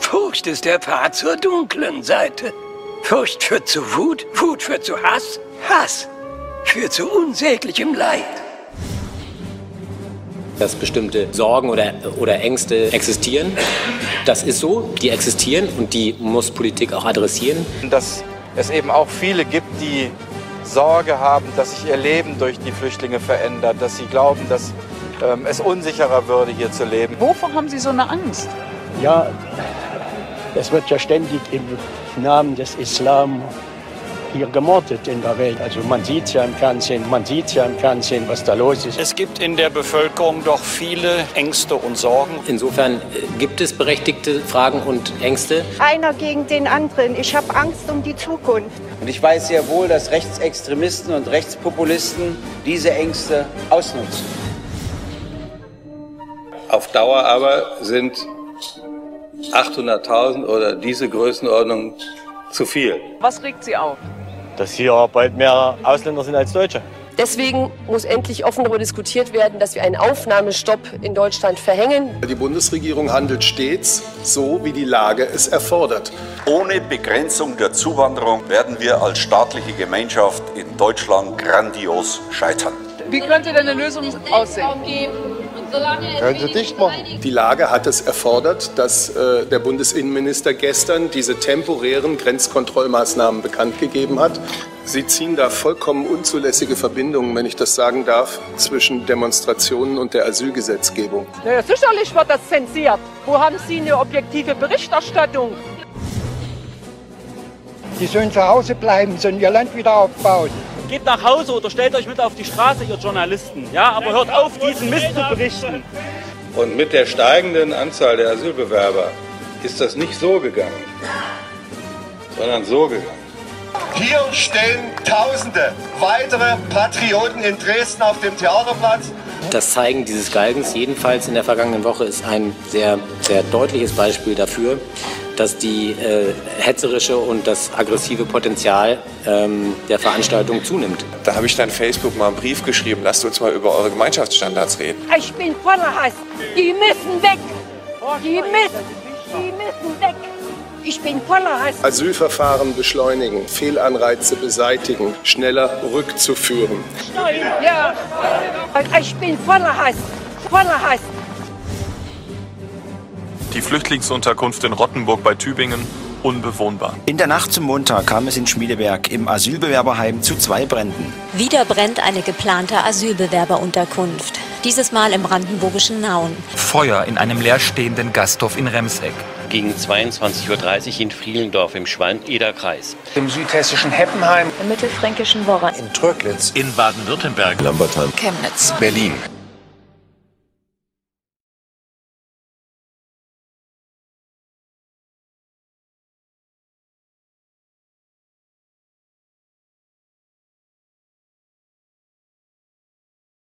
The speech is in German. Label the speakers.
Speaker 1: Furcht ist der Pfad zur dunklen Seite. Furcht führt zu Wut, Wut führt zu Hass, Hass führt zu unsäglichem Leid.
Speaker 2: Dass bestimmte Sorgen oder, oder Ängste existieren, das ist so, die existieren und die muss Politik auch adressieren.
Speaker 3: Dass es eben auch viele gibt, die Sorge haben, dass sich ihr Leben durch die Flüchtlinge verändert, dass sie glauben, dass ähm, es unsicherer würde, hier zu leben.
Speaker 4: Wovor haben Sie so eine Angst?
Speaker 5: Ja, es wird ja ständig im Namen des Islam hier gemordet in der Welt. Also man sieht ja im Fernsehen, man sieht ja im Fernsehen, was da los ist.
Speaker 6: Es gibt in der Bevölkerung doch viele Ängste und Sorgen.
Speaker 2: Insofern äh, gibt es berechtigte Fragen und Ängste.
Speaker 7: Einer gegen den anderen. Ich habe Angst um die Zukunft.
Speaker 8: Und ich weiß sehr wohl, dass Rechtsextremisten und Rechtspopulisten diese Ängste ausnutzen.
Speaker 9: Auf Dauer aber sind 800.000 oder diese Größenordnung zu viel.
Speaker 4: Was regt Sie auf?
Speaker 10: Dass hier bald mehr Ausländer sind als Deutsche.
Speaker 11: Deswegen muss endlich offen darüber diskutiert werden, dass wir einen Aufnahmestopp in Deutschland verhängen.
Speaker 12: Die Bundesregierung handelt stets so, wie die Lage es erfordert.
Speaker 13: Ohne Begrenzung der Zuwanderung werden wir als staatliche Gemeinschaft in Deutschland grandios scheitern.
Speaker 4: Wie könnte denn eine Lösung aussehen?
Speaker 12: Können Sie dicht machen. Die Lage hat es erfordert, dass äh, der Bundesinnenminister gestern diese temporären Grenzkontrollmaßnahmen bekannt gegeben hat. Sie ziehen da vollkommen unzulässige Verbindungen, wenn ich das sagen darf, zwischen Demonstrationen und der Asylgesetzgebung.
Speaker 14: Ja, sicherlich wird das zensiert. Wo haben Sie eine objektive Berichterstattung?
Speaker 15: Die sollen zu Hause bleiben, sollen ihr Land wieder aufbauen
Speaker 16: geht nach Hause oder stellt euch mit auf die Straße, ihr Journalisten. Ja, aber hört auf, diesen Mist zu berichten.
Speaker 9: Und mit der steigenden Anzahl der Asylbewerber ist das nicht so gegangen, sondern so gegangen.
Speaker 17: Hier stehen Tausende weitere Patrioten in Dresden auf dem Theaterplatz.
Speaker 2: Das Zeigen dieses Galgens jedenfalls in der vergangenen Woche ist ein sehr, sehr deutliches Beispiel dafür, dass die äh, hetzerische und das aggressive Potenzial ähm, der Veranstaltung zunimmt.
Speaker 18: Da habe ich dann Facebook mal einen Brief geschrieben, lasst uns mal über eure Gemeinschaftsstandards reden.
Speaker 14: Ich bin voller Hass. Die müssen weg. Die müssen, die müssen weg. Ich bin voller Hass.
Speaker 12: Asylverfahren beschleunigen, Fehlanreize beseitigen, schneller rückzuführen.
Speaker 14: Ja. Ich bin voller Hass. Voller Hass
Speaker 19: die Flüchtlingsunterkunft in Rottenburg bei Tübingen unbewohnbar.
Speaker 20: In der Nacht zum Montag kam es in Schmiedeberg im Asylbewerberheim zu zwei Bränden.
Speaker 1: Wieder brennt eine geplante Asylbewerberunterkunft. Dieses Mal im brandenburgischen Nauen.
Speaker 9: Feuer in einem leerstehenden Gasthof in Remseck.
Speaker 8: Gegen 22.30 Uhr in Frielendorf im Schwalm-Eder-Kreis.
Speaker 2: Im südhessischen Heppenheim.
Speaker 3: Im mittelfränkischen Worra.
Speaker 15: In Tröglitz.
Speaker 5: In Baden-Württemberg.
Speaker 6: Lambertheim.
Speaker 11: Chemnitz.
Speaker 12: Berlin.